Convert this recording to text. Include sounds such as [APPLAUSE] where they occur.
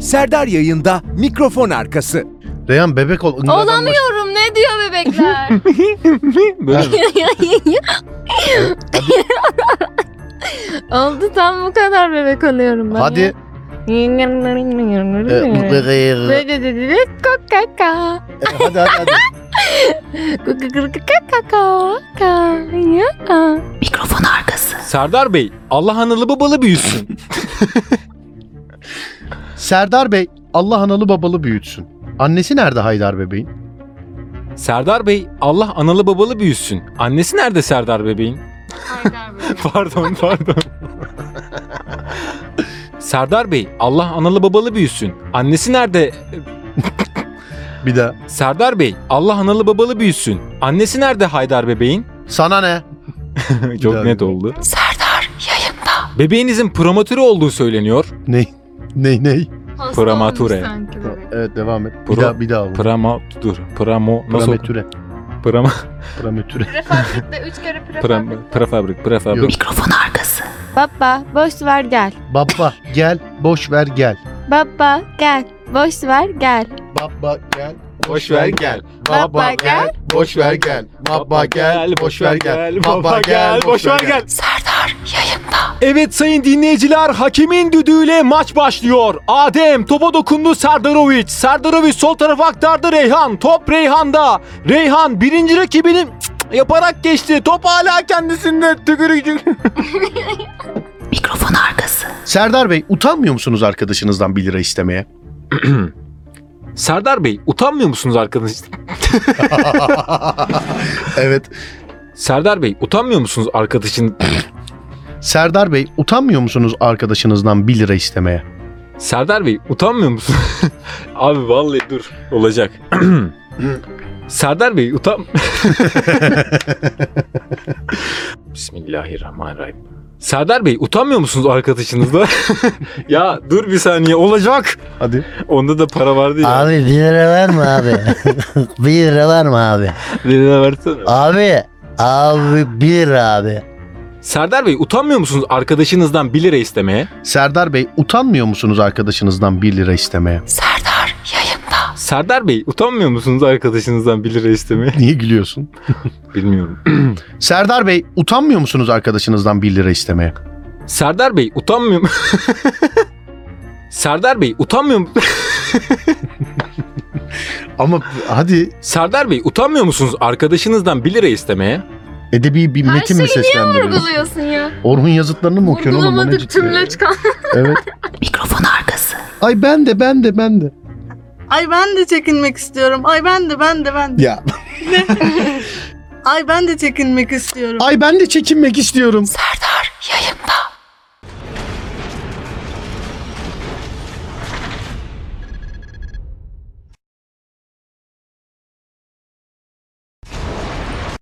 Serdar yayında mikrofon arkası. Reyhan bebek ol. ıngıradan baş- Olamıyorum ne diyor bebekler? Böyle Oldu tam bu kadar bebek oluyorum ben. Hadi. Ee, Böyle ee, dedi kaka hadi hadi [LAUGHS] hadi. kaka Mikrofon arkası. Serdar Bey, Allah analı babalı büyüsün. Serdar Bey Allah analı babalı büyütsün. Annesi nerede Haydar bebeğin? Serdar Bey, Allah analı babalı büyüsün. Annesi nerede Serdar bebeğin? Pardon, pardon. Serdar Bey, Allah analı babalı büyüsün. Annesi nerede? Bir de Serdar Bey, Allah analı babalı büyüsün. Annesi nerede Haydar bebeğin? sana ne? Çok daha net oldu. Serdar yayında. Bebeğinizin promotörü olduğu söyleniyor. Ney? Ney ney? Premature. Evet devam et. Bir Pro- daha bir daha. oğlum. Prama dur. Pramo nasıl? oku- Prametüre. Prama [LAUGHS] Prametüre. Prefabrikte 3 kere prefabrik. pram, prefabrik prefabrik. Yok. Mikrofon arkası. Baba boş ver gel. Baba gel boş ver gel. Baba gel. Boş ver gel. Baba gel. Boş ver gel. Baba gel. Boş ver gel. Baba gel. Boş ver gel. Baba gel. Boş ver gel. Serdar yayında. Evet sayın dinleyiciler hakemin düdüğüyle maç başlıyor. Adem topa dokundu Serdarovic. Serdarovic sol tarafa aktardı Reyhan. Top Reyhan'da. Reyhan birinci rakibini cık, yaparak geçti. Top hala kendisinde. Tükürük tükürük. Mikrofon arkası. Serdar Bey utanmıyor musunuz arkadaşınızdan 1 lira istemeye? Serdar Bey utanmıyor musunuz arkadaş? evet. Serdar Bey utanmıyor musunuz arkadaşın? Serdar Bey utanmıyor musunuz arkadaşınızdan 1 lira istemeye? Serdar Bey utanmıyor musun? [LAUGHS] Abi vallahi dur olacak. [CLEARS THROAT] Serdar Bey utan... [LAUGHS] Bismillahirrahmanirrahim. Serdar Bey utanmıyor musunuz arkadaşınızla? [LAUGHS] ya dur bir saniye olacak. Hadi. Onda da para vardı ya. Abi bir lira var mı abi? [LAUGHS] bir lira var mı abi? Birine versene. Abi. Abi bir lira abi. Serdar Bey utanmıyor musunuz arkadaşınızdan 1 lira istemeye? Serdar Bey utanmıyor musunuz arkadaşınızdan 1 lira istemeye? Serdar yayında. Serdar Bey utanmıyor musunuz arkadaşınızdan 1 lira istemeye? Niye gülüyorsun? Bilmiyorum. Serdar Bey utanmıyor musunuz arkadaşınızdan 1 lira istemeye? Serdar Bey utanmıyor mu? [LAUGHS] Serdar Bey utanmıyor mu? Ama hadi Serdar Bey utanmıyor musunuz arkadaşınızdan 1 lira istemeye? edebi bir Her metin mi şeyi seslendiriyorsun? Vurguluyorsun ya. Orhun yazıtlarını mı okuyorsun oğlum? O ne Vurgulamadık ciddi? tümleç kaldı. Evet. Mikrofon arkası. Ay ben de ben de ben de. Ay ben de çekinmek istiyorum. Ay ben de ben de ben de. Ya. Ay ben de çekinmek istiyorum. Ay ben de çekinmek istiyorum. Serdar yayın.